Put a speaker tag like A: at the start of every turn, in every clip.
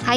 A: Hi,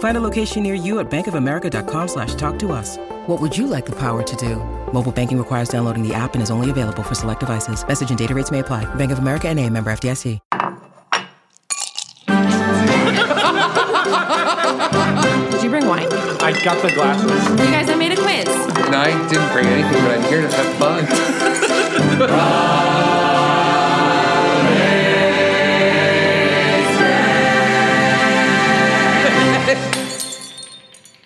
B: Find a location near you at bankofamerica.com slash talk to us. What would you like the power to do? Mobile banking requires downloading the app and is only available for select devices. Message and data rates may apply. Bank of America and a member FDIC.
C: Did you bring wine? You
D: I got the glasses.
C: guys, I made a quiz.
D: No, I didn't bring anything, but I'm here to have fun.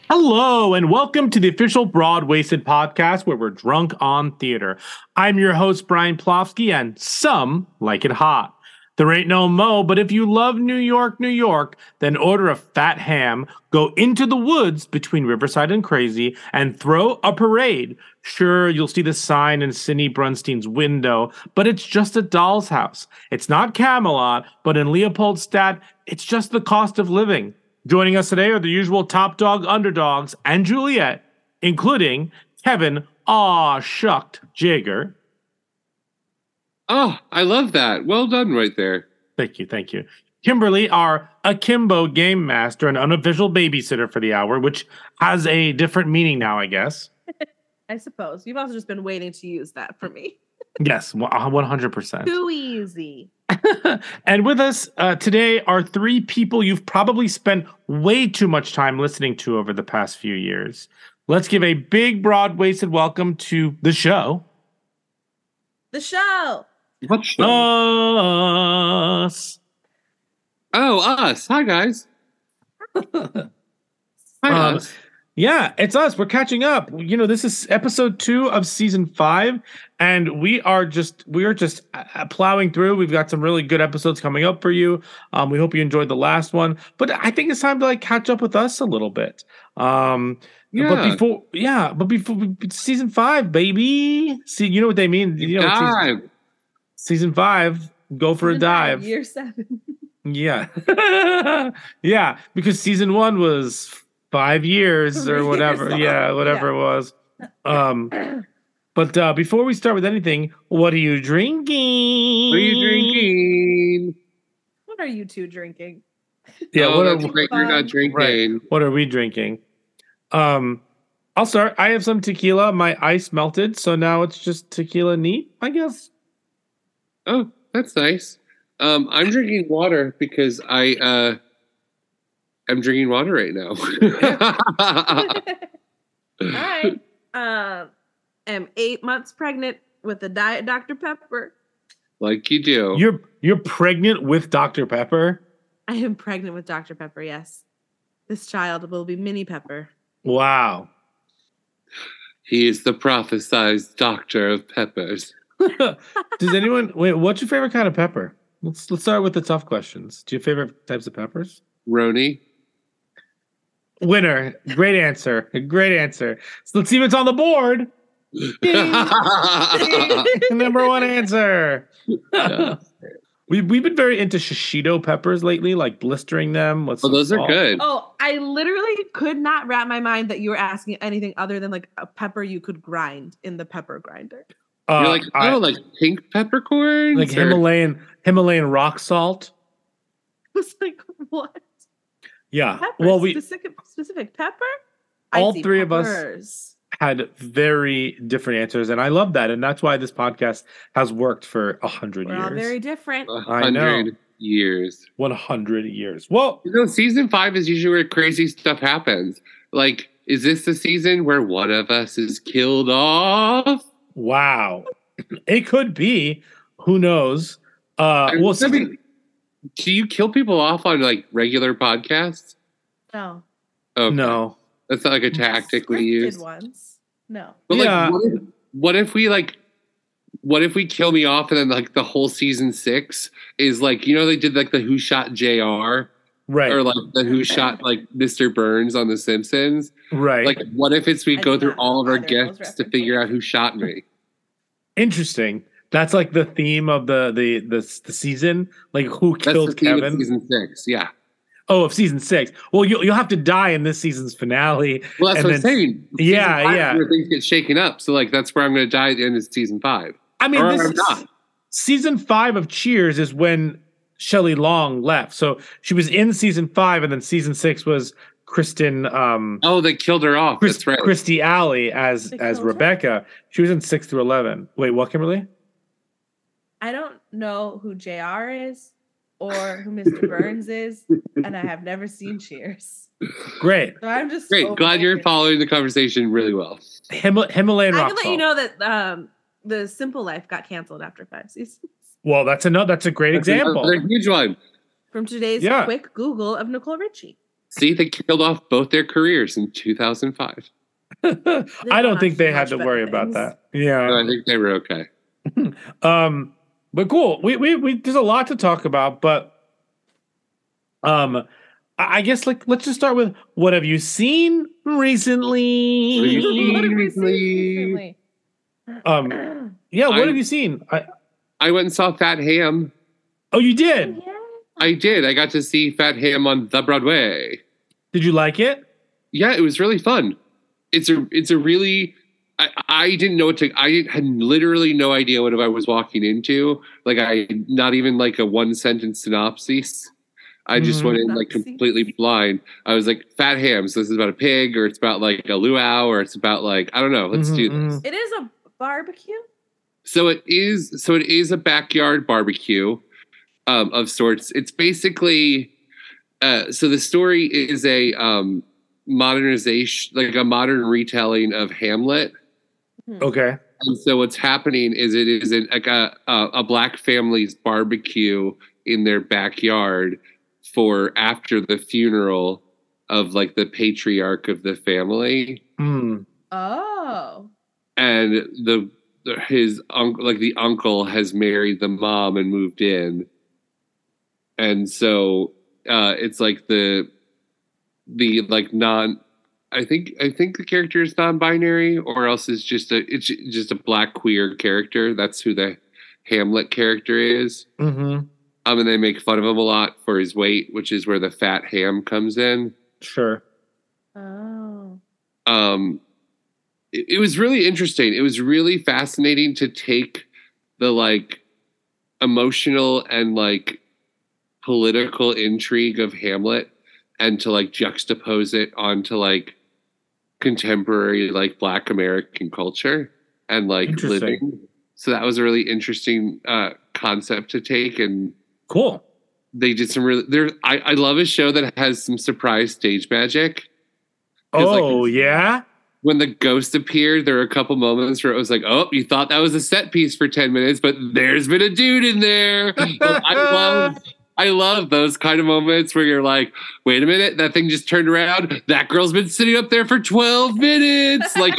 E: Hello, and welcome to the official Broad Wasted podcast where we're drunk on theater. I'm your host, Brian Plofsky, and some like it hot. There ain't no mo, but if you love New York, New York, then order a fat ham, go into the woods between Riverside and Crazy, and throw a parade. Sure, you'll see the sign in Cindy Brunstein's window, but it's just a doll's house. It's not Camelot, but in Leopoldstadt, it's just the cost of living. Joining us today are the usual top dog underdogs and Juliet, including Kevin Aw Shucked Jigger.
D: Oh, I love that. Well done right there.
E: Thank you, thank you. Kimberly, our akimbo game master and unofficial babysitter for the hour, which has a different meaning now, I guess.
F: I suppose. You've also just been waiting to use that for me.
E: Yes, wa- 100%.
F: Too easy.
E: and with us uh, today are three people you've probably spent way too much time listening to over the past few years. Let's give a big, broad waisted welcome to the show.
F: The show.
D: What show?
E: Us.
D: oh, us. Hi, guys. uh, Hi,
E: Uh,
D: us.
E: Yeah, it's us. We're catching up. You know, this is episode two of season five, and we are just we are just uh, plowing through. We've got some really good episodes coming up for you. Um, we hope you enjoyed the last one, but I think it's time to like catch up with us a little bit. Um, but
D: Yeah.
E: before, yeah, but before season five, baby. See, you know what they mean. You know, it's season,
D: Dive.
E: season five, go for a dive.
F: Year seven.
E: Yeah. yeah, because season 1 was 5 years
F: Three
E: or
F: years
E: whatever.
F: off.
E: yeah, whatever it was. Um but uh before we start with anything, what are you drinking?
D: What are you drinking?
F: What are you two drinking?
E: Yeah,
D: oh,
E: what
D: that's
E: are
D: right. You're not drinking.
E: Right. what are we drinking? Um I'll start. I have some tequila. My ice melted, so now it's just tequila neat, I guess.
D: Oh, that's nice. Um, I'm drinking water because I uh, I'm drinking water right now.
E: Uh-uh.
F: I um, am eight months pregnant with a diet Dr. Pepper.
D: like you do.
E: You're you're pregnant with Dr. Pepper?
F: I am pregnant with Dr. Pepper, yes. This child will be mini pepper.
E: Wow.
D: he is the prophesized doctor of peppers.
E: Does anyone wait? What's your favorite kind of pepper? Let's let's start with the tough questions. Do you favorite types of peppers?
D: Roni.
E: Winner, great answer, great answer. So let's see if it's on the board. Number one answer.
D: Yeah.
E: we we've been very into shishito peppers lately, like blistering them. With
D: Oh,
E: some
D: those are
E: salt.
D: good.
F: Oh, I literally could not wrap my mind that you were asking anything other than like a pepper you could grind in the pepper grinder.
E: Uh,
D: You're like, oh,
E: I-
D: like pink peppercorns?
E: like
D: or-
E: Himalayan Himalayan rock salt.
F: I was like, what?
E: Yeah.
F: Pepper?
E: Uh, well, we
F: specific, specific pepper?
E: All three of us-
F: us.
E: had very different answers, and I love that, and that's why this podcast has worked for a 100
F: We're
E: years.
F: all very different.
D: A
E: I know.
D: hundred. years.
E: 100 years. Well,
D: You know, season five is usually where crazy stuff happens. Like, is this the season where one of us is killed off?
E: wow. It could be. Who knows? Uh, well,
D: I mean,
E: season-
D: do you kill people off on like regular podcasts?
F: No.
D: Oh,
E: no.
D: that's not like a tactic we use.
F: Scripted ones. No.
D: But
E: Yeah.
D: like, what if, what if we like, what if we kill me off and then like the whole season six is like, you know, they did like the Who Shot Jr.
E: Right.
D: or like the Who Shot like Mr. Burns on The Simpsons.
E: right.
D: Like, what if it's we
F: I
D: go
F: did
D: through
F: not know
D: all of our
F: either of those
D: guests to figure out who shot me?
E: Interesting. That's like the theme of the the the, the season. Like who
D: That's
E: killed
D: the theme of
E: Kevin?
D: season six. Yeah.
E: Oh, of season six. Well, you you'll have to die in this season's finale.
D: Well, that's
E: And
D: what I'm
E: then-
D: saying.
E: Yeah,
D: Season five is
E: yeah.
D: Where things get shaken up. So like, that's where I'm going to die at the end of season five.
E: I mean,
D: Or
E: this
D: I'm
E: is,
D: not.
E: season five of Cheers is when Shelley Long left. So she was in season five, and then season six was Kristen um
D: Oh, they killed her off.
E: Chris,
D: that's right.
E: Christy Alley as
F: They
E: as
F: killed her.
E: Rebecca. She was in six through eleven. Wait, what, Kimberly?
F: I don't know who JR is or who Mr. Burns is, and I have never seen Cheers.
E: Great.
F: So I'm just
D: Great. Glad you're
F: overwhelmed.
D: following the conversation really well.
E: Himal- Himalayan
F: I
E: rock.
F: can let you know that um, the Simple Life got canceled after five seasons.
E: Well, that's another. That's a great
D: That's
E: example.
D: Another huge one.
F: From today's
E: Yeah.
F: quick Google of Nicole Richie.
D: See, they killed off both their careers in 2005.
E: I don't think they had to
F: Much
E: worry
F: better
E: about
F: things.
E: that. Yeah.
D: So I think they were okay.
E: Um, but cool. We, we we there's a lot to talk about, but um, I I guess like let's just start with what have you seen
F: What
E: recently?
F: have we seen
D: Recently-
F: recently?
E: um, yeah. What
D: I-
E: have you seen? I,
D: I went and saw Fat Ham.
E: oh, you did.
D: I did. I got to see Fat Ham on the Broadway.
E: Did you like it?
D: yeah, it was really fun. It's a it's a really I, I didn't know what to I didn't, had literally no idea what I was walking into. Like I not even like a one sentence synopsis. I just
E: Mhm.
D: went in like
F: Synopsis.
D: completely blind. I was like fat ham. So this is about a pig, or it's about like a luau, or it's about like I don't know. Let's
E: Mhm,
D: do this.
E: mhm.
F: It is a barbecue.
D: So it is. So it is a backyard barbecue um, of sorts. It's basically. Uh, so the story is a um, modernization, like a modern retelling of Hamlet.
E: mm-hmm. Okay.
D: And so what's happening is it is an, like a, a a black family's barbecue in their backyard for after the funeral of like the patriarch of the family
E: Mm.
F: Oh.
D: and the, the his uncle like the uncle has married the mom and moved in and so uh it's like the the like non i think i think the character is non-binary or else it's just a it's just a black queer character that's who the hamlet character is
E: hmm
D: um and they make fun of him a lot for his weight which is where the fat ham comes in
E: Sure.
F: Oh.
D: um it, it was really interesting it was really fascinating to take the like emotional and like political intrigue of hamlet and to like juxtapose it onto like contemporary like black american culture and like
E: Interesting.
D: living so that was a really interesting uh concept to take and
E: Cool.
D: they did some really there I, I love a show that has some surprise stage magic It's like-
E: Oh yeah.
D: when the ghost appeared, there were a couple moments where it was like, "Oh, you thought that was a set piece for ten minutes, but there's been a dude in there." I love, I love those kind of moments where you're like, "Wait a minute, that thing just turned around. That girl's been sitting up there for twelve minutes." Like,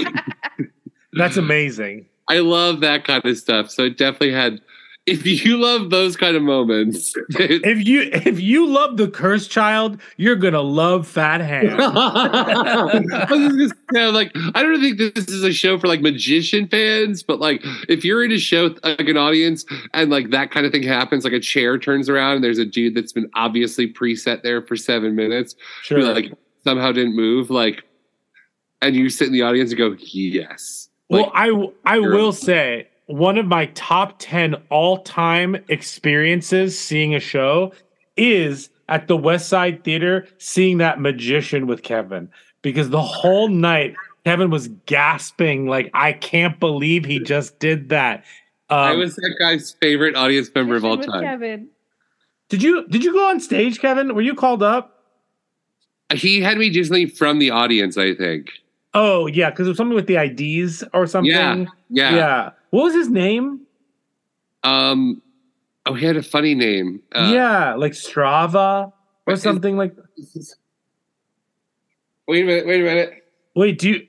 E: That's amazing.
D: I love that kind of stuff. So it definitely had. If you love those kind of moments,
E: If you if you love the cursed child, you're gonna love Fat Ham.
D: I was just gonna say, like, I don't think this is a show for like magician fans, but like, if you're in a show like an audience and like that kind of thing happens, like a chair turns around and there's a dude that's been obviously preset there for seven minutes
E: Sure.
D: who like somehow didn't move, like, and you sit in the audience and go, yes. Like,
E: well, I w- I
D: you're-
E: will say one of my top ten all time experiences seeing a show is at the West Side Theater seeing that magician with Kevin because the whole night Kevin was gasping like I can't believe he just did that. Um,
D: I was that guy's favorite audience member of all
F: With
D: time.
F: Kevin.
E: Did you did you go on stage, Kevin? Were you called up?
D: He had me do something from the audience, I think.
E: Oh yeah, because it was something with the IDs or something.
D: Yeah, yeah.
E: What was his name?
D: Um, oh, he had a funny name.
E: yeah, like Strava or
D: Uh, is-
E: something like.
D: Wait a minute. Wait a minute.
E: Wait, do you?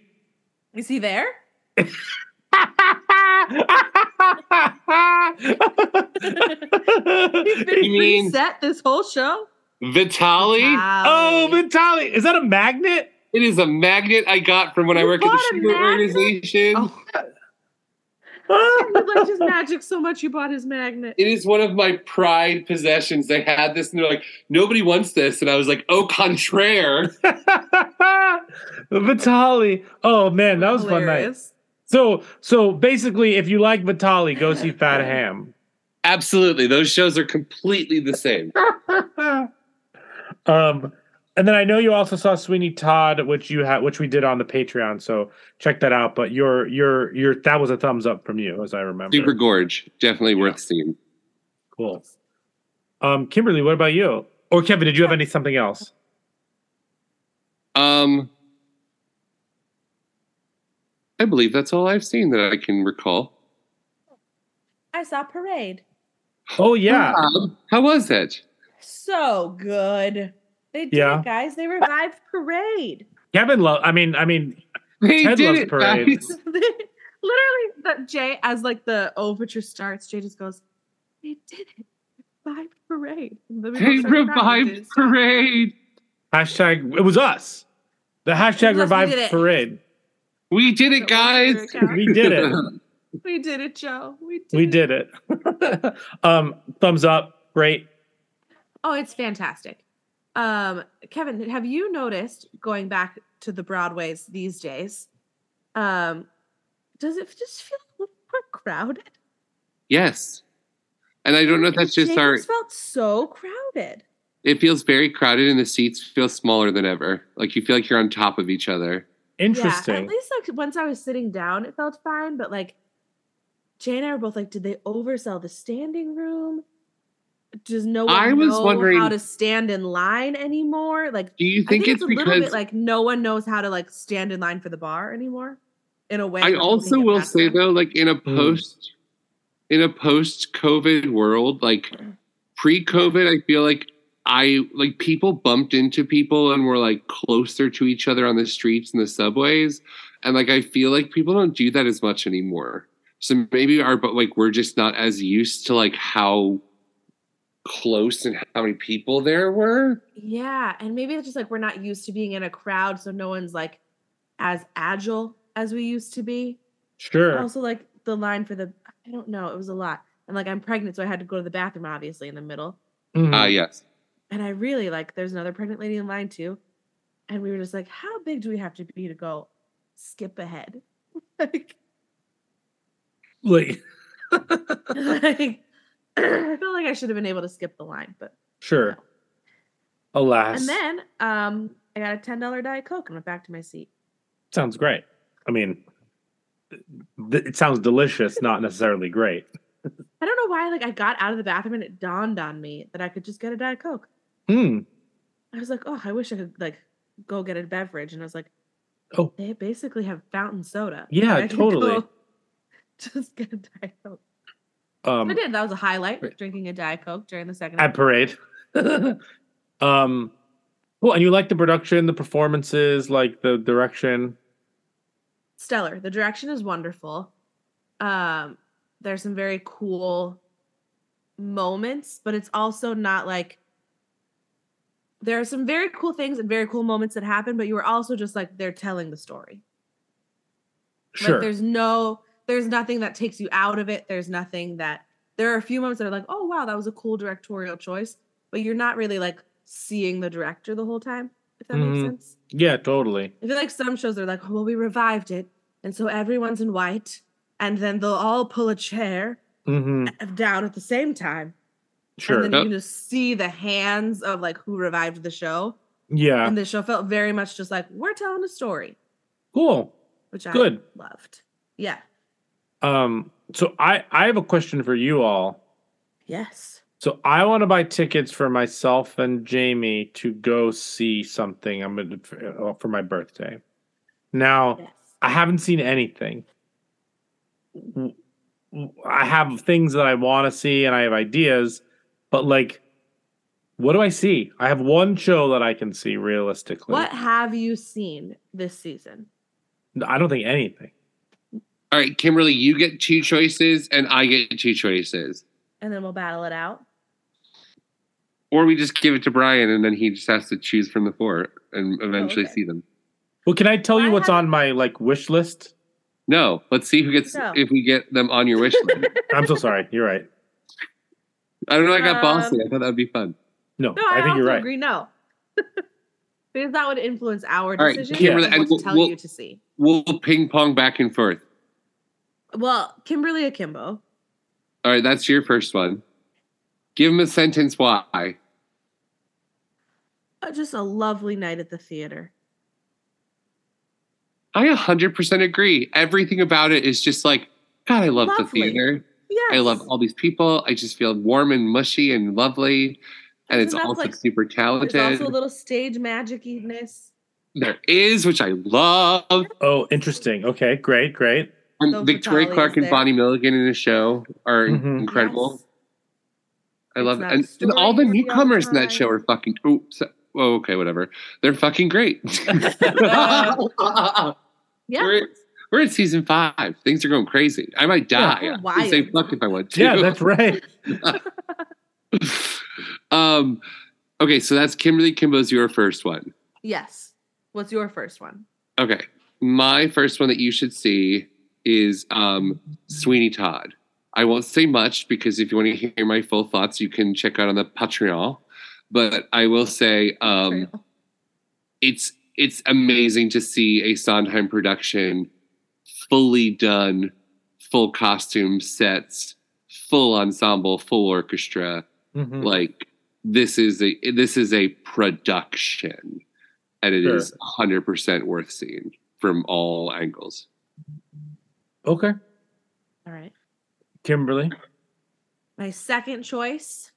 F: Is he there? He's been
D: You mean-
F: preset this whole show.
D: Vitali.
E: oh, Vitali, is that a magnet?
D: It is a magnet I got from when I
F: You
D: work at the
F: bought a
D: Schubert
F: magnet?
D: organization.
F: Oh. you liked his magic so much you bought his magnet.
D: It is one of my pride possessions. They had this and they're like, nobody wants this. And I was like, au contraire.
E: Vitali. Oh man, that was a fun night.
F: Hilarious.
E: So so basically, if you like Vitali, go see Fat Ham.
D: Absolutely. Those shows are completely the same.
E: um, and then I know you also saw Sweeney Todd, which you had, which we did on the Patreon. So check that out. But your your your that was a thumbs up from you, as I remember.
D: Super Gorge. Definitely worth seeing.
E: cool. Um, Kimberly, what about you? Or Kevin, did you have any something else?
D: Um, I believe that's all I've seen that I can recall.
F: I saw Parade.
E: Oh yeah,
D: Um, how was it?
F: So good. They did
E: Yeah.
F: it, guys. They revived Parade.
E: Kevin. Lo- I mean, I mean,
D: They
E: Ted
D: did
E: loves
D: it,
E: Parade.
D: guys.
F: Literally, that Jay, as like the overture starts, Jay just goes, They did it. Revived Parade. And then we
D: They
F: all started crying, which
D: revived
F: is-
D: Parade.
E: hashtag. It was us. The hashtag
F: It was us, we
E: revived
F: did it.
E: parade.
D: We did it,
F: That wasn't
D: guys.
F: your account.
E: We did it.
F: We did it, Joe. We did
E: We
F: it.
E: did it. um, thumbs up. Great.
F: Oh, it's fantastic. Um, Kevin, have you noticed going back to the Broadways these days? Um, does it just feel a little more crowded?
D: Yes. And I don't know if that's just our
F: Jacob's felt so crowded.
D: It feels very crowded, and the seats feel smaller than ever. Like you feel like you're on top of each other.
E: Interesting.
F: Yeah, at least like once I was sitting down, it felt fine. But like, Jay and I were both like, did they oversell the standing room? Does no one
D: I was
F: know how
D: wondering-
F: to stand in line anymore? Like,
D: Do you think,
F: it's,
D: it's,
F: a little
D: because
F: bit like no one knows how to like stand in line for the bar anymore. In a way,
D: I
F: that we
D: also
F: did
D: will
F: back
D: say
F: then.
D: though, like in a post, in a post-COVID world, like pre-COVID, I feel like I like people bumped into people and were like closer to each other on the streets and the subways, and like I feel like people don't do that as much anymore. So maybe our but like we're just not as used to like how close and how many people there were.
F: yeah, and maybe it's just like we're not used to being in a crowd, so no one's like as agile as we used to be.
E: sure.
F: Also, like the line for the I don't know, it was a lot, and like I'm pregnant, so I had to go to the bathroom obviously in the middle,
E: Mhm.
D: Ah, yes.
F: and I really like there's another pregnant lady in line too, and we were just like, how big do we have to be to go skip ahead? like
E: Like,
F: like I feel like I should have been able to skip the line, but
E: sure. Alas,
F: and then um I got a ten dollar diet coke and went back to my seat.
E: sounds great. I mean, th- it sounds delicious, not necessarily great.
F: I don't know why like I got out of the bathroom and it dawned on me that I could just get a diet coke.
E: Hmm.
F: I was like, oh, I wish I could like go get a beverage, and I was like,
E: Oh.
F: they basically have fountain soda.
E: Yeah,
F: I could
E: totally.
F: go Just get a diet coke.
E: Um,
F: I did. That was a highlight.
E: Right.
F: Drinking a diet coke during the second.
E: at
F: act.
E: parade. um, well, and you like the production, the performances, like the direction.
F: stellar. The direction is wonderful. Um, there's some very cool moments, but it's also not like there are some very cool things and very cool moments that happen, but you are also just like they're telling the story.
E: Sure.
F: Like there's no there's nothing that takes you out of it. There's nothing that there are a few moments that are like, oh wow, that was a cool directorial choice, but you're not really like seeing the director the whole time, if that makes
E: Mhm.
F: sense.
E: yeah, totally.
F: I feel like some shows are like, "Oh, well, we revived it, and so everyone's in white, and then they'll all pull a chair
E: hmm
F: down at the same time,
E: Sure.
F: and then you can just see the hands of like who revived the show,
E: yeah.
F: and the show felt very much just like we're telling a story,
E: cool.
F: which I
E: Good.
F: loved. Yeah.
E: Um, so I I have a question for you all.
F: Yes.
E: So I want to buy tickets for myself and Jamie to go see something. I'm gonna for for my birthday. Now
F: Yes.
E: I haven't seen anything. W- w- I have things that I want to see and I have ideas, but like, what do I see? I have one show that I can see realistically.
F: What have you seen this season?
E: I don't think anything.
D: All right, Kimberly, you get two choices and I get two choices.
F: And then we'll battle it out.
D: Or we just give it to Brian and then he just has to choose from the four and eventually
F: okay.
D: see them.
E: Well, can I tell you
F: I
E: what's
F: haven't-
E: on my like wish list?
D: No, let's see who gets
F: No.
D: if we get them on your wish list.
E: I'm so sorry. You're right.
D: I don't know. I got
F: Um,
D: bossy. I thought that would be fun.
E: No,
F: No,
E: I,
F: I,
E: think
F: also
E: you're right.
F: agree. No, because that would influence our
D: right,
F: decision
D: Kimberly,
F: and
D: and
F: what
D: we'll-
F: to tell
D: we'll-
F: you to see.
D: We'll ping pong back and forth.
F: Well, Kimberly Akimbo.
D: All right, that's your first one. Give him a sentence why.
F: Uh, just a lovely night at the theater.
D: I 100% agree. Everything about it is just like, God, I love the
F: Lovely.
D: theater.
F: Yes.
D: I love all these people. I just feel warm and mushy and lovely. And it's
F: Isn't that,
D: also
F: like-
D: super
F: There's
D: talented.
F: also a little stage magiciness.
D: there is, which I love.
E: Oh, interesting. Okay, great, great.
D: And
F: Though
D: Victoria
F: Vitali
D: Clark
F: is
D: and
F: there.
D: Bonnie Milligan in the show are
E: Mhm.
D: incredible.
F: Yes.
D: I
F: It's
D: love that.
F: not a
D: And, and all the
F: story, it's the
D: newcomers in
F: outside.
D: that show are fucking. Oh, so, oh, okay, whatever. They're fucking great.
F: Yeah.
D: we're, we're in season five. Things are going crazy. I might die.
F: Yeah.
D: I can say
F: Wild.
D: fuck if I want to.
E: Yeah, that's right.
D: um, okay, so that's Kimberly Kimbo's your first one.
F: Yes. What's your first one?
D: Okay, my first one that you should see is um, Sweeney Todd. I won't say much because if you want to hear my full thoughts, you can check out on the Patreon. But I will say um, it's it's amazing to see a Sondheim production fully done, full costume sets, full ensemble, full orchestra.
F: Hmm.
E: Mhm.
D: like this is a this is a production and it
E: Sure.
D: is 100% worth seeing from all angles
E: Okay,
F: All right.
E: Kimberly.
F: My second choice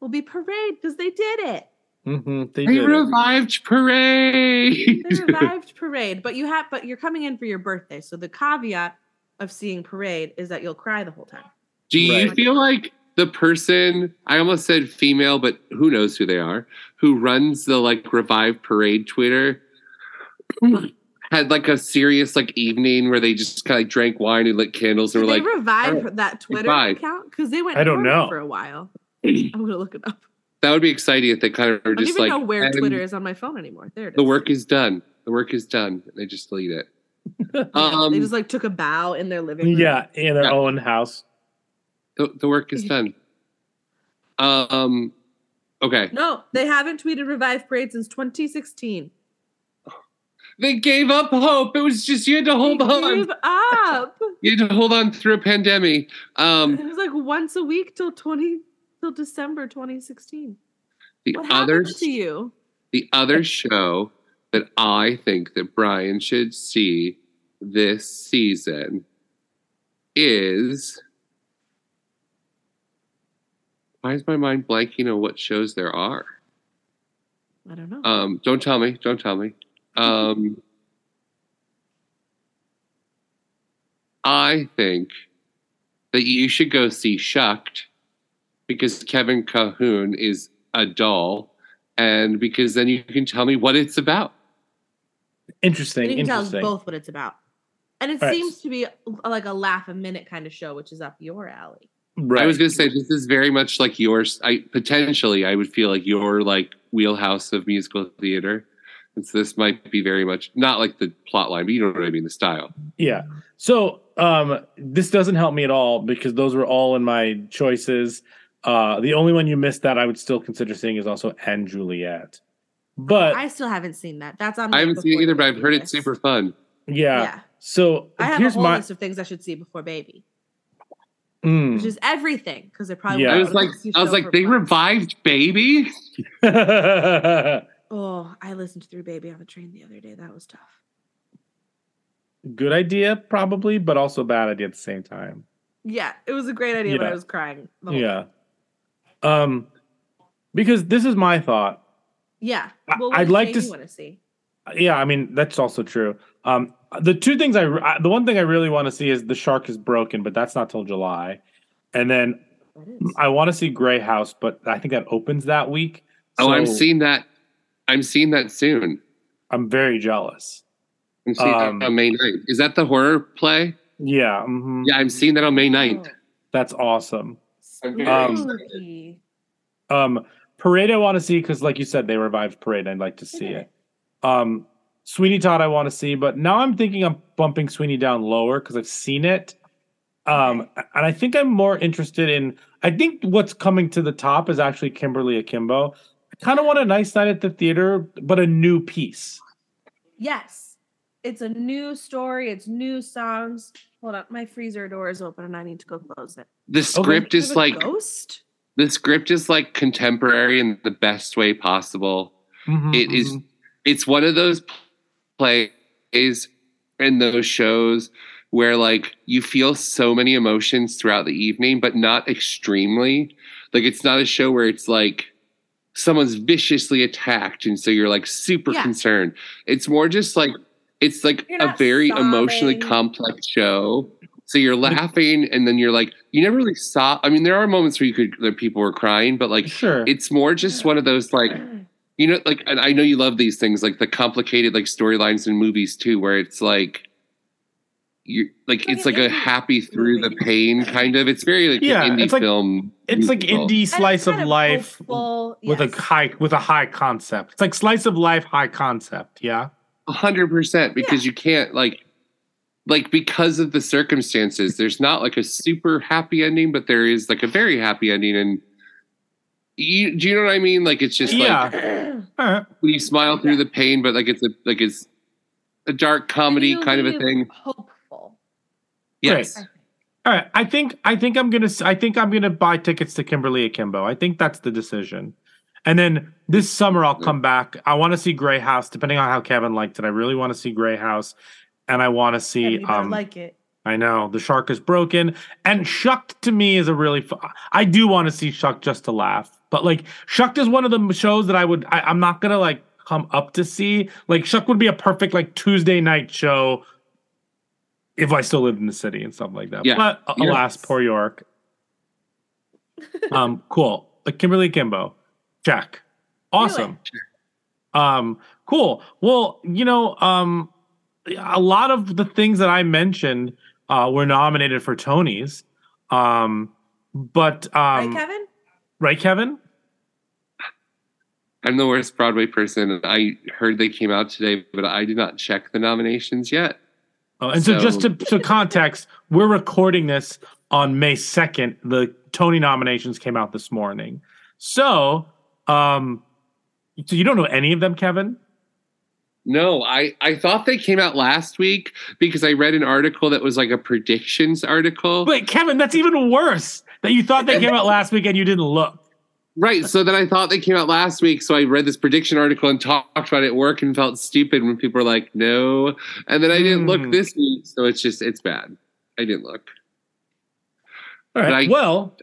F: will be Parade because they did it.
E: hmm
D: they
E: They did it.
D: revived parade
F: They revived Parade, but you have but you're coming in for your birthday, so the caveat of seeing Parade is that you'll cry the whole time.
D: do you
E: Right.
D: feel like the person i almost said female but who knows who they are who runs the like revived parade twitter had like a serious like evening where they just kind of drank wine and lit candles
F: Did
D: and were
F: they
D: like
F: revive
D: oh,
F: that Twitter
D: goodbye.
F: account? Because they went
E: I don't
F: dormant
E: know.
F: for a while. I'm gonna look it up.
D: that would be exciting if they kind of were
F: I don't
D: just
F: even
D: like
F: know where
D: "Adam,
F: Twitter is on my phone anymore. There it is.
D: the work is done. The work is done. They just delete it. um,
F: they just like took a bow in their living room.
E: Yeah, in their
D: Yeah.
E: own house.
D: the, the work is done. Um, okay.
F: No, they haven't tweeted Revive Parade since 2016.
D: They gave up hope. It was just you had to hold
F: They
D: on.
F: gave up.
D: You had to hold on through a pandemic.
F: It
D: Um,
F: was like once a week till 20 till December 2016.
D: the
F: What
D: other
F: happens to you?
D: the other show that I think that Brian should see this season is. Why is my mind blanking on what shows there are?
F: I don't know.
D: Um, don't tell me. Don't tell me. Um, I think that you should go see Shucked because Kevin Calhoun is a doll, and because then you can tell me what it's about.
E: Interesting.
F: And you can tell us
E: Interesting.
F: both what it's about. And it
E: All right.
F: seems to be a- like a laugh a minute kind of show, which is up your alley.
E: Right.
D: I was going to say this is very much like yours. I potentially I would feel like your like wheelhouse of musical theater. And so this might be very much not like the plot line, but you know what I mean, the style.
E: yeah. So um, this doesn't help me at all because those were all in my choices. Uh, the only one you missed that I would still consider seeing is also Anne Juliet. But
F: I still haven't seen that. That's on.
D: Uh, I
F: my
D: haven't seen
F: before
D: it either, but I've
F: baby
D: heard
F: list.
D: it's super fun.
E: yeah.
F: Yeah.
E: So
F: I have
E: here's
F: a whole
E: my.
F: list of things I should see before baby,
E: Mm.
F: which is everything because they probably.
E: Yeah.
D: Hmm. I
F: won't go to
D: was like,
F: the
D: I was
F: show for
D: like, they
F: months.
D: revived Baby.
F: Oh, I listened to through baby on the train the other day. That was tough.
E: Good idea, probably, but also bad idea at the same time.
F: Yeah, it was a great idea, but
E: Yeah.
F: I was crying. The whole
E: Yeah. Um, because this is my thought.
F: Yeah.
E: I-
F: Well,
E: I'd like to s-
F: want to see.
E: Yeah, I mean that's also true. Um, the two things I, I- the one thing I really want to see is the shark is broken, but that's not till July, and then
F: What is?
E: I want to see Grey House, but I think that opens that week.
D: oh, I'm
E: so
D: seeing that. I'm seeing that soon.
E: I'm very jealous.
D: I'm seeing
E: Um,
D: that on May 9th. Is that the horror play?
E: Yeah, mhm.
D: Yeah, I'm seeing that on May
F: Oh,
D: 9th.
E: that's awesome.
D: I'm very
E: Um,
F: Spooky.
E: Um, Parade, I want to see because, like you said, they revived Parade. I'd like to see it. Um, Sweeney Todd, I want to see, but now I'm thinking I'm bumping Sweeney down lower because I've seen it. Um, and I think I'm more interested in. I think what's coming to the top is actually Kimberly Akimbo. I kind of want a nice night at the theater, but a new piece.
F: Yes. It's a new story. It's new songs. Hold on. My freezer door is open and I need to go close it.
D: The script
F: Is
D: is
F: it a
D: like
F: ghost.
D: the script is like contemporary in the best way possible.
E: Mhm,
F: Mm-hmm,
D: It is
E: mhm.
D: it's one of those plays and those shows where like you feel so many emotions throughout the evening but not extremely like it's not a show where it's like someone's viciously attacked and so you're like super
F: Yeah.
D: concerned it's more just like it's like
F: You're
D: a
F: not
D: very emotionally
F: sobbing.
D: complex show so you're laughing and then you're like you never really saw i mean there are moments where you could that people were crying but like
E: sure.
D: it's more just one of those like you know like and i know you love these things like the complicated like storylines in movies too where it's like you like
F: Like
D: it's
F: an
D: like a
F: indie
D: happy through the
F: movie.
D: pain kind of it's very like
E: Yeah,
D: an indie
E: it's like-
D: film
E: it's like
D: musical.
E: indie
F: And
E: slice
F: it's
E: of
F: kind
E: life
F: hopeful,
E: with
F: yes.
E: a high with a high concept. It's like slice of life, high concept. Yeah.
D: 100% because you can't like like because of the circumstances there's not like a super happy ending but there is like a very happy ending and you do you know what i mean like it's just like
E: yeah. All right.
D: you smile through the pain, but like it's a like it's a dark comedy
F: You
D: kind of a
F: leave
D: thing.
F: Hopeful.
D: Yes,
E: Great. All right, I think I think I'm gonna s- I think I'm gonna buy tickets to Kimberly Akimbo. I think that's the decision. And then this summer I'll come back. I want to see Grey House, depending on how Kevin liked it. I really want to see Grey House, and I want to see.
F: Maybe not
E: Um,
F: like it.
E: I know the shark is broken, and Shucked to me is a really. Fu- I do want to see Shucked just to laugh, but like Shucked is one of the m- shows that I would. I, I'm not gonna like come up to see. Like Shucked would be a perfect like Tuesday night show. If I still lived in the city and stuff like that,
D: Yeah.
E: but a-
D: Yeah.
E: alas, poor York. um, cool. Uh, Kimberly Kimbo, Jack, awesome. Um, cool. Well, you know, um, a lot of the things that I mentioned uh, were nominated for Tonys. Um, but um,
F: right, Kevin?
E: right, Kevin?
D: I'm the worst Broadway person. and I heard they came out today, but I did not check the nominations yet.
E: Oh, and so,
D: So-
E: just to, to context, we're recording this on May 2nd. The Tony nominations came out this morning. So, um, so you don't know any of them, Kevin?
D: No, I I thought they came out last week because I read an article that was like a predictions article.
E: Wait, Kevin, that's even worse that you thought they came out last week and you didn't look.
D: right, so then I thought they came out last week, so I read this prediction article and talked about it at work and felt stupid when people were like, "No," and then I didn't
E: Hmm.
D: look this week, so it's just it's bad. I didn't look.
E: All
D: But
E: right.
D: I-
E: well,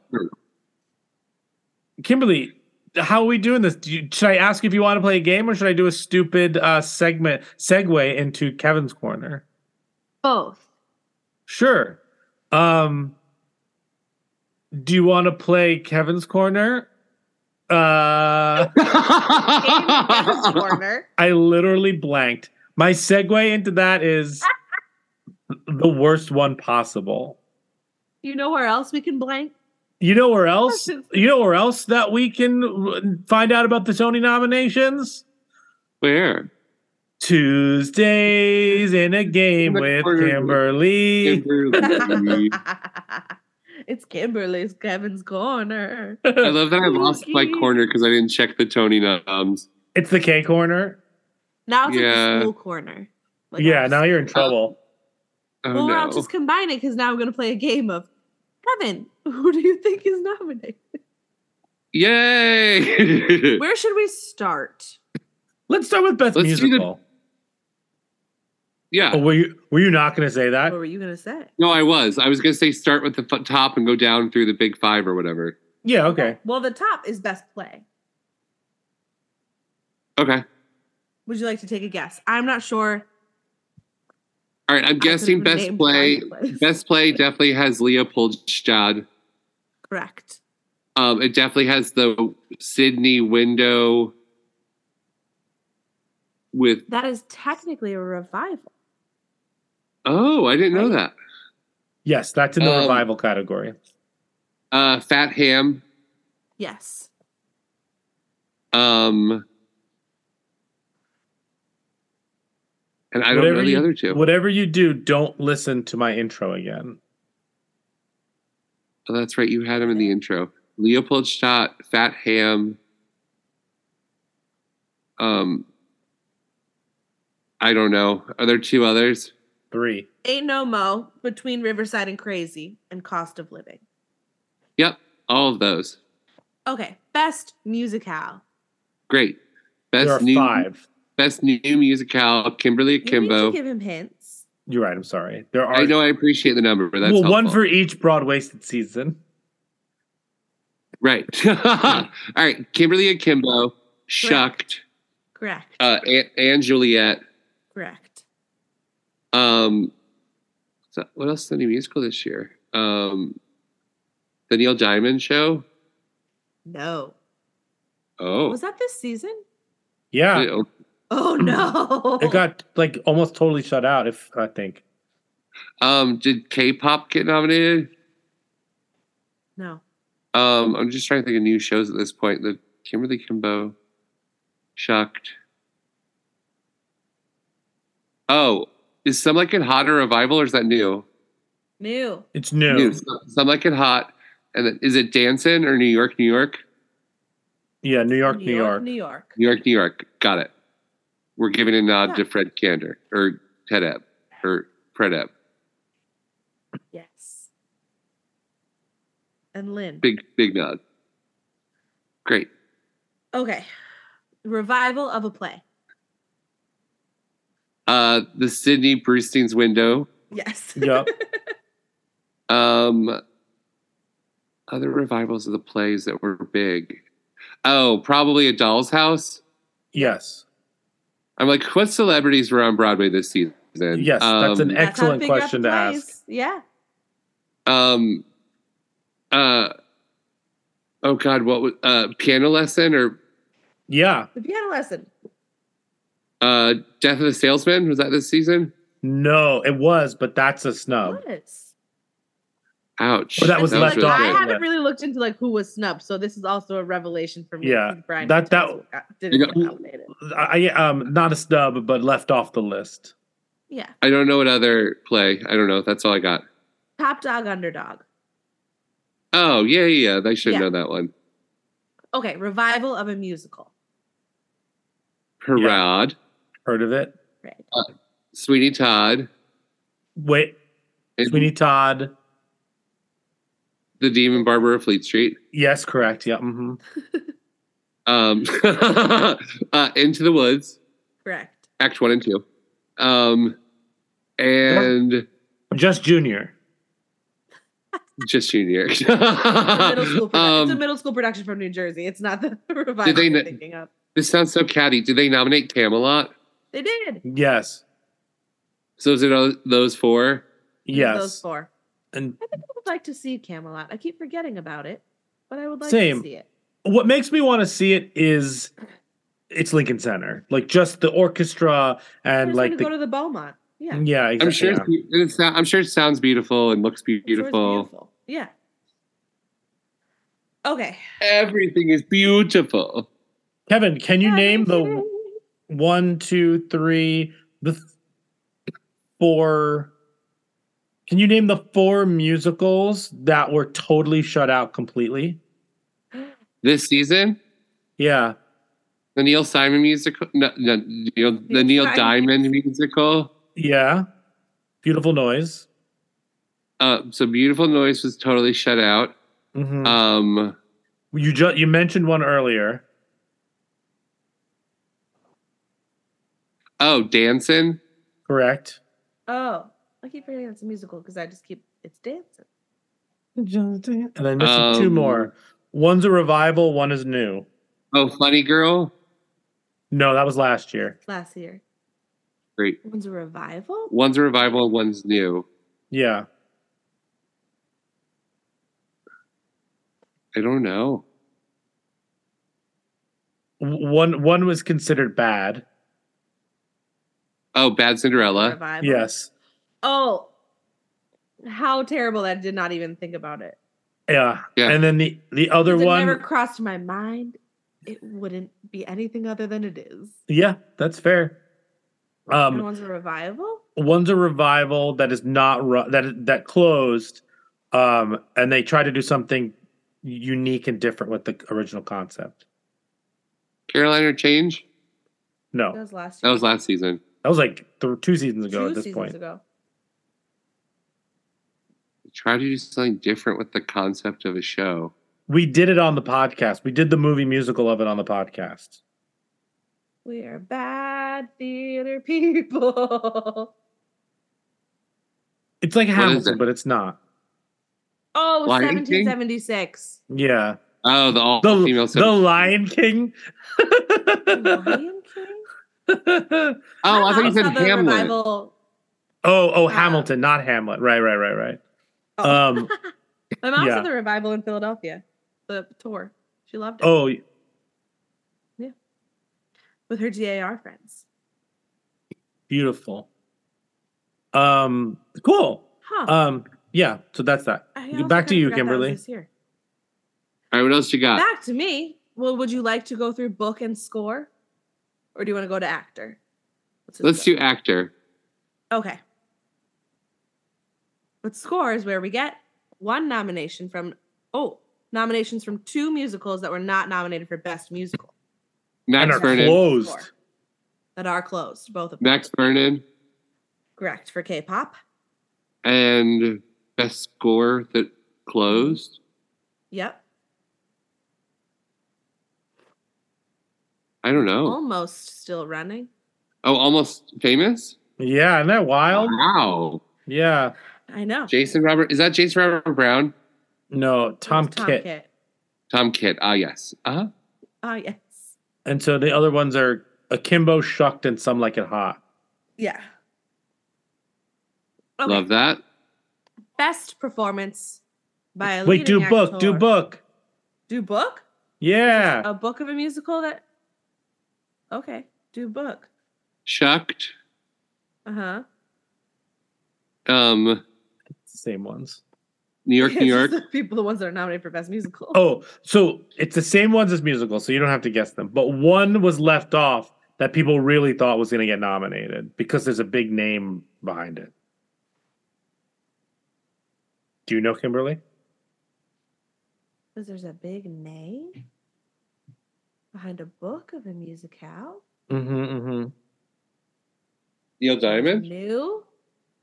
E: Kimberly, how are we doing this? Do you, should I ask if you want to play a game, or should I do a stupid uh, segment segue into Kevin's corner?
F: Both.
E: Sure. Um, do you want to play Kevin's corner? Uh,
F: Kevin's corner.
E: I literally blanked. My segue into that is the worst one possible.
F: You know where else we can blank?
E: You know where else? You know where else that we can r- find out about the Tony nominations?
D: Where?
E: Tuesdays in a game
D: In the
E: with
D: corner.
E: Kimberly.
D: Kimberly.
F: it's Kimberly's Kevin's corner.
D: I love that I lost my
F: Spooky.
D: corner because I didn't check the Tony noms.
E: It's the K corner.
F: Now it's like
D: Yeah.
F: the school corner. Like,
E: yeah,
F: I'm
E: now
F: just-
D: Uh,
E: you're in trouble.
D: Oh
F: Well,
D: no!
F: I'll just combine it because now I'm going to play a game of Kevin. Who do you think is nominated?
D: Yay!
F: Where should we start?
E: Let's start with Best
D: Let's do the-
E: Musical.
D: yeah.
E: Oh, were you were you not going to say that?
F: What were you going to say?
D: No, I was. I was gonna say start with the f- top and go down through the big five or whatever.
E: Yeah, okay.
F: Well, the top is best play.
D: Okay.
F: Would you like to take a guess? I'm not sure.
D: All right. I'm guessing
F: could've
D: best
F: named
D: play.
F: one place.
D: Best play definitely has Leopold Stad.
F: Correct.
D: Um, it definitely has the Sydney window with.
F: That is technically a revival.
D: Oh, I didn't know that.
E: Yes, that's in the
D: Um,
E: revival category.
D: Uh, Fat Ham.
F: Yes.
D: Um, and I don't know the
E: you,
D: other two.
E: Whatever you do, don't listen to my intro again.
D: Oh, that's right. You had him in the intro. Leopold Stott, Fat Ham. Um, I don't know. Are there two others?
E: Three.
F: Ain't no mo between Riverside and Crazy and Cost of Living.
D: Yep, all of those.
F: Okay. Best musicale.
D: Great. Best
E: there are
D: new
E: five.
D: best new musical, Kimberly
F: You need to
D: Akimbo.
F: give him hints.
E: You're right. I'm sorry. There are.
D: I know I appreciate the number, but that's
E: well, one
D: helpful.
E: for each broad waisted season.
D: right. all right, Kimberly Akimbo, Shucked,
F: Correct.
D: uh, and, and Juliet.
F: Correct.
D: Um, so what else is the new musical this year? Um, the Neil Diamond Show.
F: No.
D: Oh,
F: Was that this season?
E: Yeah,
D: Did it op-
F: Oh no.
E: Mm-hmm. it got like almost totally shut out. If I think
D: um, did K-pop get nominated?
F: no.
D: Um, I'm just trying to think of new shows at this point. The Kimberly Kimbo, Shocked. Oh, is Some Like It Hot a revival or is that new?
F: New.
E: it's new.
D: New. Some- Some Like It Hot, and then, is it Dancing or New York, New York,
E: Yeah, New York, New York.
F: New York.
D: New York, New York? Got it. We're giving a nod
F: Yeah.
D: to Fred Kander or Ted Ebb or Fred Ebb.
F: Yes. And Lynn.
D: Big big nod. Great.
F: Okay. Revival of a play.
D: Uh, the Sydney Brewstein's window.
F: Yes.
E: Yep.
D: Um, other revivals of the plays that were big. Oh, probably a Doll's House.
E: yes.
D: I'm like, what celebrities were on Broadway this season?
E: Yes, that's
D: Um,
E: an
F: That's how to
E: excellent
F: figure out
E: question
F: the
E: to ask.
F: plays. Yeah.
D: um, uh, oh God, what was uh, piano lesson or
E: Yeah.
F: The piano lesson.
D: uh, Death of the Salesman? Was that this season?
E: No, it was, but that's a snub.
F: Yes.
D: Ouch.
E: Well, Um, Oh, that was
F: So,
E: left
F: like,
E: off.
F: I
D: really good.
F: haven't really looked into like who was snubbed, so this is also a revelation for me.
E: Yeah,
F: because Brian
E: that- that-
F: Hitchens got- didn't
D: Yeah.
F: get nominated.
E: I I, um not a snub, but left off the list.
F: Yeah.
D: I don't know what other play. I don't know. That's all I got.
F: Top dog, underdog.
D: Oh yeah, yeah. yeah. They should
F: Yeah.
D: know that one.
F: Okay, revival of a musical.
D: Parade,
E: Heard of it?
F: Right.
D: Sweeney Todd,
E: Wait,
D: and
E: Sweeney Todd.
D: the Demon Barber of Fleet Street.
E: Yes, correct. Yeah. hmm
D: um, uh, Into the Woods,
F: Correct.
D: Act One and Two, um, and
E: Just Junior.
D: just Junior.
F: It's a middle school production. it's a
D: um,
F: middle school production from New Jersey. It's not the revival
D: they
F: you're
D: kn-
F: thinking of.
D: this sounds so catty. Did they nominate Camelot?
F: They did.
E: Yes.
D: So is it all- those four?
E: Yes.
F: Those four.
E: And
F: I think I would like to see Camelot. I keep forgetting about it, but I would like
E: Same.
F: to see it.
E: what makes me want to see it is it's Lincoln Center. Like just the orchestra
F: I
E: and
F: just
E: like
F: want to
E: the
F: go to the Beaumont. Yeah.
E: yeah, exactly.
D: I'm sure.
E: yeah.
D: It's, it sou- I'm sure it sounds beautiful and looks
F: I'm sure it's
D: beautiful.
F: beautiful. Yeah. Okay.
D: Everything is beautiful.
E: Kevin, can you name the one, two, three, the th- four? Can you name the four musicals that were totally shut out completely?
D: This season,
E: Yeah.
D: the Neil Simon musical, no, no, Neil, the Neil
F: Simon.
D: Diamond musical.
E: Yeah. Beautiful noise.
D: Uh, so beautiful noise was totally shut out.
E: Mhm.
D: Um,
E: you just you mentioned one earlier.
D: oh, dancing.
E: Correct.
F: Oh, I keep forgetting it's a musical because I just keep it's dancing.
E: And I mentioned two
D: Um,
E: more. One's a revival, one is new.
D: Oh, Funny Girl.
E: No, that was last year.
F: last year.
D: Great.
F: One's a revival?
D: One's a revival, one's new.
E: Yeah.
D: I don't know.
E: W- One one was considered bad.
D: Oh, Bad Cinderella.
F: Revival.
E: Yes.
F: Oh, how terrible that I did not even think about it.
E: Yeah.
D: Yeah.
E: And then the the other
F: If it
E: one
F: never crossed my mind. It wouldn't be anything other than it is.
E: Yeah, that's fair.
F: and
E: Um
F: one's a revival?
E: one's a revival that is not ru- that that closed um and they try to do something unique and different with the original concept.
D: Carolina Change.
E: No.
F: That was last
D: That
F: year.
D: was last season.
E: That was like th- two seasons ago
F: Two
E: at this
F: seasons
E: point.
F: ago.
D: Try to do something different with the concept of a show.
E: We did it on the podcast. We did the movie musical of it on the podcast.
F: We are bad theater people.
E: It's like
D: is
E: Hamilton,
D: it?
E: but it's not.
F: Oh, it was
D: Lion King?
F: 1776.
E: Yeah.
D: Oh, the all
E: The,
D: female.
E: the Lion King.
F: Lion King?
E: oh,
D: Oh, I
F: thought
D: thought you said
F: the
D: Hamlet.
F: revival-
E: oh,
F: Yeah.
E: Hamilton, not Hamlet. Right, right, right, right.
F: Oh.
E: Um,
F: My mom
E: Yeah.
F: saw the revival in Philadelphia, the tour. She loved it
E: oh,
F: with her DAR friends.
E: beautiful. Um, cool.
F: Huh.
E: Um, yeah. So that's that.
F: I
E: you-
F: also
E: back to
F: kinda
E: you,
F: forgot that was
E: Kimberly.
F: this year.
D: All right, what else you got?
F: Back to me. Well, would you like to go through book and score, or do you want to go to actor? just
D: Let's
F: go.
D: do actor.
F: Okay. But score is where we get one nomination from oh nominations from two musicals that were not nominated for best musical
E: And
D: Max
E: are
F: Vernon.
D: Vernon.
E: closed.
F: Score. that are closed. Both of them
D: Max Vernon
F: correct for K-pop.
D: and best score that closed.
F: Yep,
D: I don't know.
F: almost still running.
D: Oh, almost famous.
E: Yeah, isn't that wild?
D: Wow.
E: Yeah.
F: I know.
D: Jason Robert. Is that Jason Robert Brown?
E: No, Tom,
F: It was Tom
E: Kit.
F: Kitt.
D: Tom Kitt. Ah, yes. Uh-huh.
F: Oh yes.
E: And so the other ones are Akimbo, Shucked, and Some Like It Hot.
F: Yeah. Okay.
D: Love that.
F: Best performance by a
E: Wait, do
F: leading
E: book, do
F: actor.
E: book.
F: Do book?
E: Yeah.
F: A book of a musical that Okay, do book.
D: Shucked.
F: Uh-huh.
D: Um,
E: It's the same ones.
D: New York, New
F: It's
D: York.
F: just the people the ones that are nominated for best musical.
E: Oh, so it's the same ones as musical, so you don't have to guess them. But one was left off that people really thought was going to get nominated because there's a big name behind it. Do you know Kimberly?
F: Because there's a big name behind a book of a musicale.
E: Mm-hmm, mm-hmm.
D: Neil Diamond.
F: New?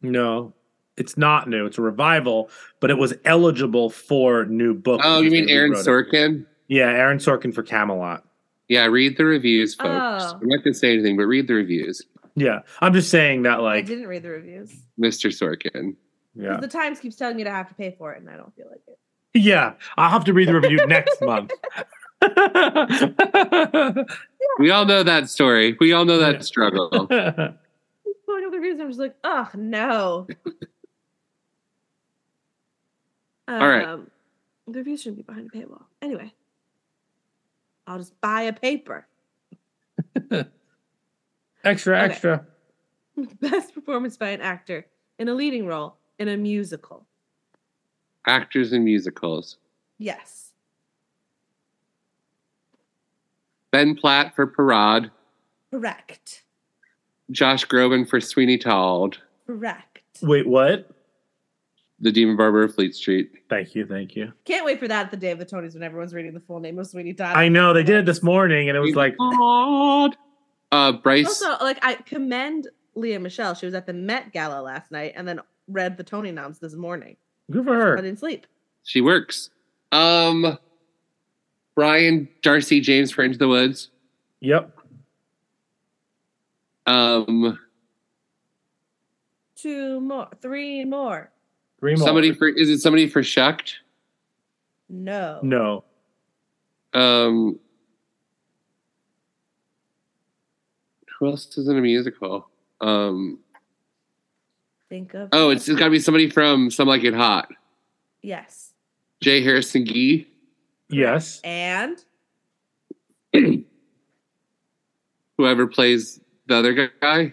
E: No, it's not new. It's a revival, but it was eligible for new book.
D: Oh, you
E: because
D: mean
E: they
D: Aaron
E: rewrote it.
D: Sorkin?
E: Yeah, Aaron Sorkin for Camelot.
D: Yeah, read the reviews, folks.
F: Oh.
D: I'm not gonna say anything, but read the reviews,
E: Yeah, I'm just saying that,
F: I
E: like,
F: didn't read the reviews. 'Cause
D: Mr. Sorkin.
E: yeah,
F: The Times keeps telling me to have to pay for it and I don't feel like it.
E: yeah, I'll have to read the review next month.
D: We all know that story. We all know that
E: Yeah.
D: struggle.
F: pulling up the reviews and I'm just like, oh no.
D: All right.
F: Um, The reviews shouldn't be behind a paywall. Anyway, I'll just buy a paper.
E: extra,
F: Okay.
E: extra.
F: Best performance by an actor in a leading role in a musical.
D: Actors in musicals.
F: Yes.
D: Ben Platt for Parade.
F: Correct.
D: Josh Groban for Sweeney Todd. Hmm.
F: Correct.
E: Wait, what?
D: The Demon Barber of Fleet Street.
E: Thank you, thank you.
F: Can't wait for that at the day of the Tonys when everyone's reading the full name of Sweeney Todd.
E: I know they did it this morning, and it was like,
D: Uh, Bryce.
F: Also, like I commend Leah Michelle. She was at the Met Gala last night and then read the Tony noms this morning.
E: good for
F: I
E: her.
F: didn't sleep.
D: She works. Um, Brian Darcy James for Into the Woods.
E: Yep.
D: Um,
F: Two more, three more.
E: Three more.
D: somebody for is it somebody for Shucked?
F: No.
E: No.
D: Um, who else is in a musical? Um,
F: Think of
D: oh, it's, it's got to be somebody from Some Like It Hot.
F: yes.
D: Jay Harrison Gee.
E: Yes.
F: And
D: whoever plays the other guy,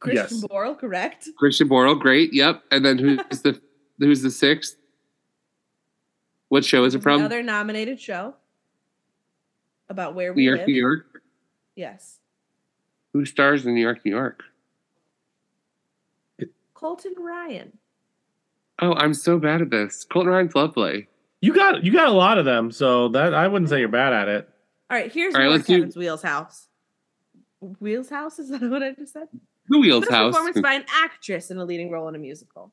F: Christian
E: Yes.
F: Borle, correct?
D: Christian Borle. Great. Yep. And then who's the who's the sixth? What show is it from?
F: Another nominated show about where
D: New
F: we
D: York,
F: live.
D: New York.
F: Yes.
D: Who stars in New York, New York?
F: Colton Ryan.
D: Oh, I'm so bad at this. Colton Ryan's lovely.
E: You got you got a lot of them, so that I wouldn't say you're bad at it.
F: All right, here's
D: All right,
F: Laura
D: let's do-
F: Kevin's Wheels House. Wheels House is that what I just said?
D: The Wheels
F: Best
D: House.
F: performance by an actress in a leading role in a musical.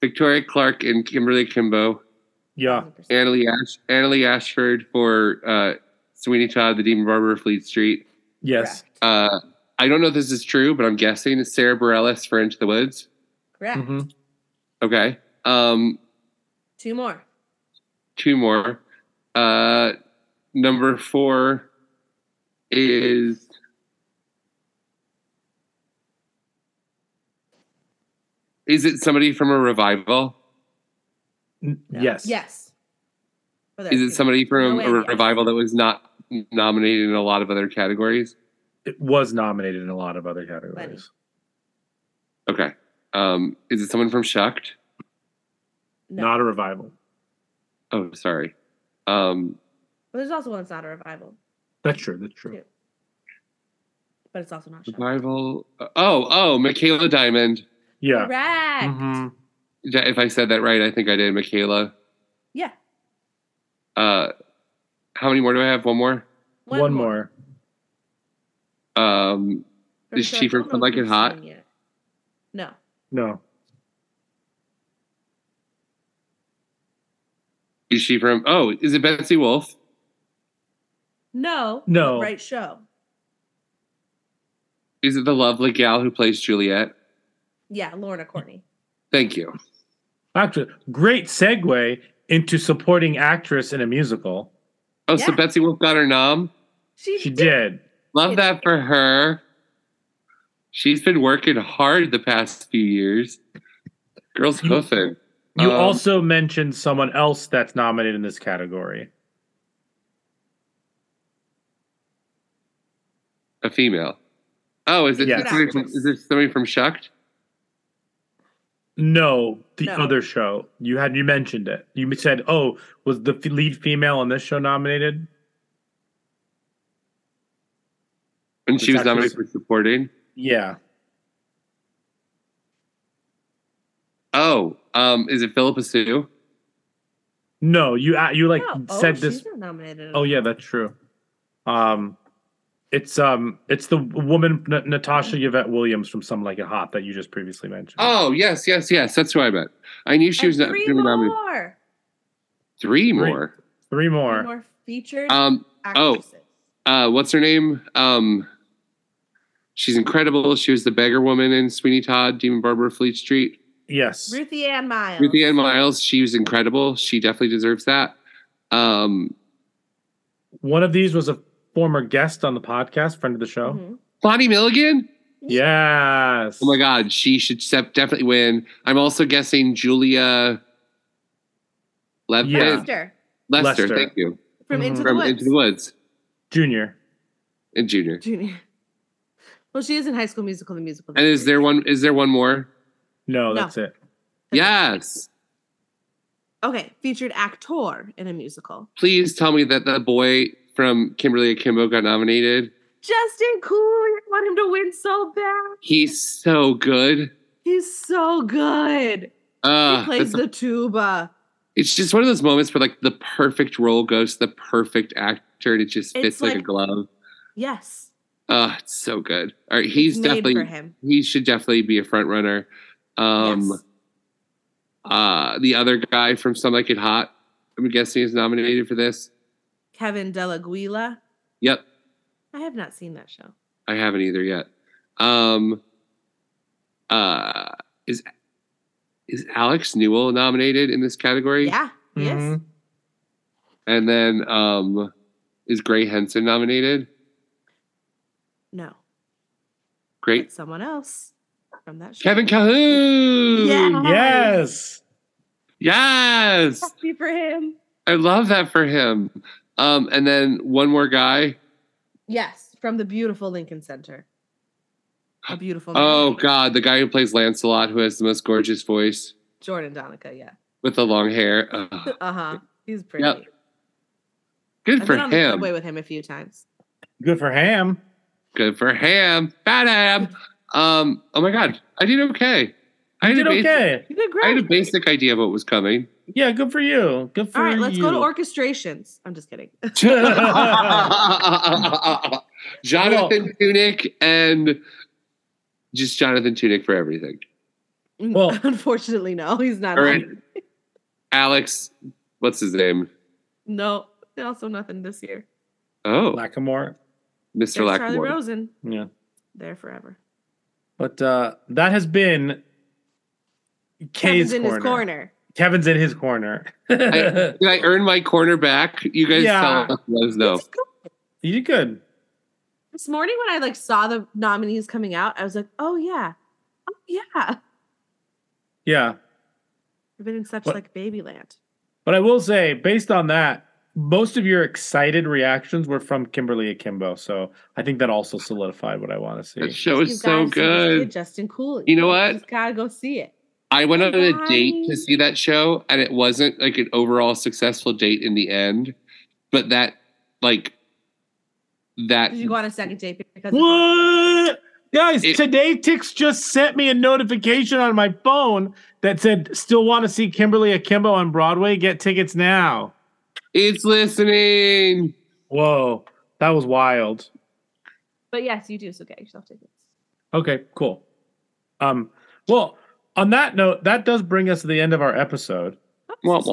D: Victoria Clark and Kimberly Kimbo.
E: Yeah.
F: 100%.
D: Annalie, Ash- Annalie Ashford for uh, Sweeney Todd, The Demon Barber of Fleet Street.
E: Yes.
F: Correct.
D: Uh, I don't know if this is true, but I'm guessing it's Sarah Bareilles for Into the Woods.
F: Correct.
E: hmm
D: Okay. Um,
F: Two more.
D: two more. Uh, number four is is it somebody from a revival?
E: Yes.
F: Yes. Well, there
D: Is
F: are
D: it
F: two.
D: somebody from
F: No
D: a
F: way, yes.
D: revival that was not nominated in a lot of other categories?
E: It was nominated in a lot of other categories.
D: Okay. Um, is it someone from Shucked?
F: No.
E: Not a revival.
D: Oh, sorry. Um,
F: Well, there's also one that's not a revival,
E: That's true. That's true.
F: Yeah. but it's also not. Shut Up.
D: revival. Oh, oh, Michaela Diamond.
E: Yeah.
F: Correct.
E: Mhm.
D: If I said that right, I think I did. Michaela.
F: Yeah.
D: Uh, how many more do I have? One more.
E: One, more.
D: Um, Is
F: so
D: she
F: I don't
D: from Some
F: know
D: Like
F: who's
D: It Hot?
F: singing it. No.
E: No.
D: is she from? Oh, is it Betsy Wolf?
F: No.
E: No.
F: The right show.
D: Is it the lovely gal who plays Juliet?
F: Yeah, Lorna Courtney.
D: Thank you.
E: Actually, great segue into supporting actress in a musical.
D: Oh, so
F: Yeah.
D: Betsy Wolf got her nom.
F: She,
E: She
F: did.
E: did.
D: Love that for her. She's been working hard the past few years. Girls
E: You-
D: hoofing.
E: Hmm. You
D: Um,
E: also mentioned someone else that's nominated in this category.
D: a female. Oh, is it,
E: Yes.
D: somebody from, is it somebody from Shucked?
E: No, the
F: No.
E: other show. You had you mentioned it. You said, "Oh, was the f- lead female on this show nominated?"
D: And she
E: It's
D: was nominated
E: actually-
D: for supporting.
E: Yeah.
D: Oh, um, is it Philippa
E: Uh-huh.
D: Sue?
E: No, you uh, you like
F: No. Oh,
E: said
F: she's
E: this.
F: not nominated.
E: Oh yeah, that's true. Um, it's um, it's the woman N- Natasha Yvette Williams from Some Like It Hot that you just previously mentioned.
D: Oh, yes, yes, yes. That's who I meant. I knew she was not
F: three
D: gonna be nominated.
F: more.
D: Three
E: Three.
D: more.
E: Three
F: Three
E: more.
F: more featured
D: Um, oh.
F: actresses.
D: uh, what's her name? Um, she's incredible. She was the beggar woman in Sweeney Todd, Demon Barber, Fleet Street.
E: Yes.
F: Ruthie Ann Miles.
D: Ruthie Ann Miles. She was incredible. She definitely deserves that. Um,
E: One of these was a former guest on the podcast, friend of the show.
F: Mhm.
D: Bonnie Milligan.
E: Yes.
D: Oh my God, she should step, definitely win. I'm also guessing Julia Lev-
E: Yeah.
D: Lester.
F: Lester
E: Lester.
D: Thank you
F: from
E: Mhm.
F: Into the
D: from
F: Woods.
D: Into the Woods
E: Junior.
D: and Junior.
F: Junior. Well, she is in High School Musical, the musical.
D: And is there one? Is there one more?
E: No,
F: No.
E: that's it.
D: Yes.
F: Okay, featured actor in a musical.
D: Please tell me that the boy from Kimberly Akimbo got nominated.
F: Justin Cool, I want him to win so bad.
D: He's so good.
F: He's so good.
D: Uh,
F: he plays the tuba.
D: it's just one of those moments where like the perfect role goes to the perfect actor and it just
F: It's
D: fits like, a
F: like-
D: glove.
F: Yes,
D: Uh, it's so good. All right,
F: it's
D: he's
F: made for
D: definitely
F: him.
D: he should definitely be a front runner. Um
F: Yes.
D: uh the other guy from Some Like It Hot, I'm guessing is nominated for this.
F: Kevin Delaguila.
D: Yep,
F: I have not seen that show.
D: I haven't either yet. Um uh is is Alex Newell nominated in this category?
E: Mm-hmm.
F: Yeah, yes.
E: Mhm.
D: And then um is Gray Henson nominated?
F: No,
D: Great.
F: it's someone else from that show.
D: Kevin Calhoun.
F: Yeah.
E: Yes.
D: Yes.
F: Happy for him.
D: I love that for him. Um, and then one more guy.
F: Yes, from the beautiful Lincoln Center. A beautiful.
D: Oh
F: man.
D: God, the guy who plays Lancelot, who has the most gorgeous voice
F: Jordan Donica. Yeah.
D: with the long hair. Ugh.
F: Uh huh. He's pretty.
D: Good
F: I've
D: for
F: been on the
D: him.
F: subway with him a few times.
E: Good for him.
D: Good for him. Bad ham. Um, oh my God, I did okay. I had
E: You did
D: a basic,
E: okay.
F: You did great.
D: I had a basic idea of what was coming.
E: Yeah, good for you. Good for
F: All right, let's go to
E: you.
F: orchestrations. I'm just kidding.
D: Jonathan Tunick and just Jonathan Tunick for everything.
E: Well-
F: unfortunately, no, he's not.
D: All
F: on
D: right.
F: it.
D: Alex, what's his name?
F: No, also nothing this year.
D: Oh,
E: Blackamore.
D: Mr.
F: There's Charlie
D: Lackmore.
F: Rosen
E: Yeah.
F: there forever.
E: But uh, that has been K's
F: Kevin's in
E: corner.
F: his corner.
E: Kevin's in his corner.
D: I- Did I earn my corner back? You guys
E: Yeah.
D: tell us, let us know.
F: It's cool.
E: you did good.
F: This morning when I like saw the nominees coming out, I was like, oh yeah, oh yeah.
E: Yeah.
F: I've been in such
E: What?
F: like baby land.
E: But I will say, based on that, most of your excited reactions were from Kimberly Akimbo. So I think that also solidified what I want to
D: That
E: see.
D: show
F: You
D: is so
F: guys gotta see
D: good.
F: Justin Cooley.
D: You know what?
F: just gotta go see it.
D: I went on a
F: Bye.
D: date to see that show, and it wasn't like an overall successful date in the end. But that, like, that
F: Did you go on a second date because of-
E: What? Guys,
D: It-
E: today Tix just sent me a notification on my phone that said, still want to see Kimberly Akimbo on Broadway? Get tickets now.
D: it's listening.
E: Whoa. That was wild.
F: But yes, you do. So get yourself tickets.
E: Okay, cool. Um, well, on that note, that does bring us to the end of our episode.
D: Womp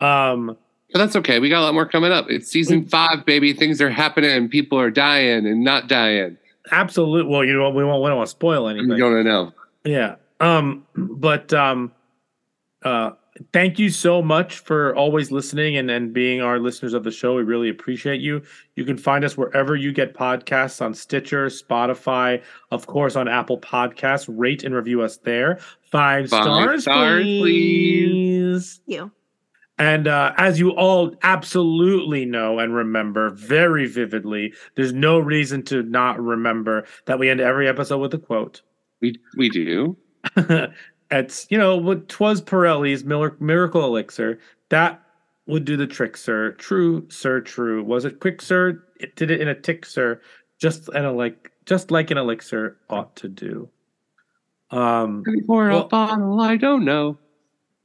D: womp.
E: Um,
D: But Oh, that's okay. We got a lot more coming up. It's season five, baby. Things are happening. People are dying and not dying.
E: absolute. Well, you know what? We won't. We don't want to spoil
D: I'm
E: anything.
D: going to know.
E: Yeah. Um, but um, uh, thank you so much for always listening and and being our listeners of the show. We really appreciate you. You can find us wherever you get podcasts on Stitcher, Spotify, of course on Apple Podcasts. Rate and review us there.
D: Five
E: Five, stars,
D: stars,
E: please.
F: You.
E: And uh, as you all absolutely know and remember very vividly, there's no reason to not remember that we end every episode with a quote.
D: We, we do.
E: It's you know what twas Pirelli's Miller, miracle elixir that would do the trick, sir. True, sir. True. Was it quick, sir? It did it in a tick, sir. Just and a like, just like an elixir ought to do. Um.
D: Pour a
E: Well-
D: bottle. I don't know.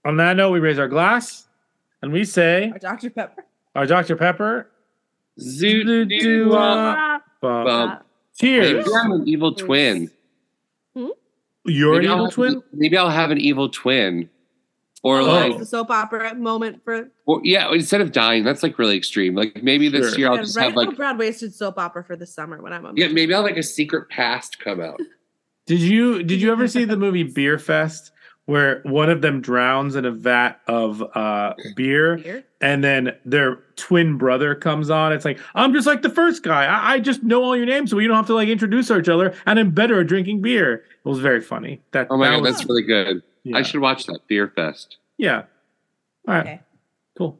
E: On that note, we raise our glass and we say
F: Our Dr. Pepper.
E: our Dr Pepper.
D: Zoot
E: doo,
D: doo.
E: uh, bum.
D: bum. Maybe
E: Cheers.
D: I'm an evil twin.
E: You're an
D: Maybe I'll
E: evil
D: have-
E: twin.
D: Maybe I'll have an evil twin. Or
E: Oh.
D: like,
F: It's a soap opera moment for
D: or, yeah, instead of dying, that's like really extreme. Like maybe this
E: Sure.
D: year I'll
F: Yeah,
D: just
F: right
D: have like,
F: now Broadway is just soap opera for the summer when I'm on.
D: yeah, maybe I'll have like a secret past come out.
E: Did you did you ever see the movie Beer Fest where one of them drowns in a vat of uh, beer
F: here.
E: and then their twin brother comes on? It's like I'm just like the first guy. I, I just know all your names, so we don't have to like introduce each other, and I'm better at drinking beer. It was very funny. That
D: Oh my
E: that
D: God,
E: was-
D: that's really good.
E: yeah.
D: I should watch that Beer Fest.
E: yeah. All right,
F: Okay.
E: cool.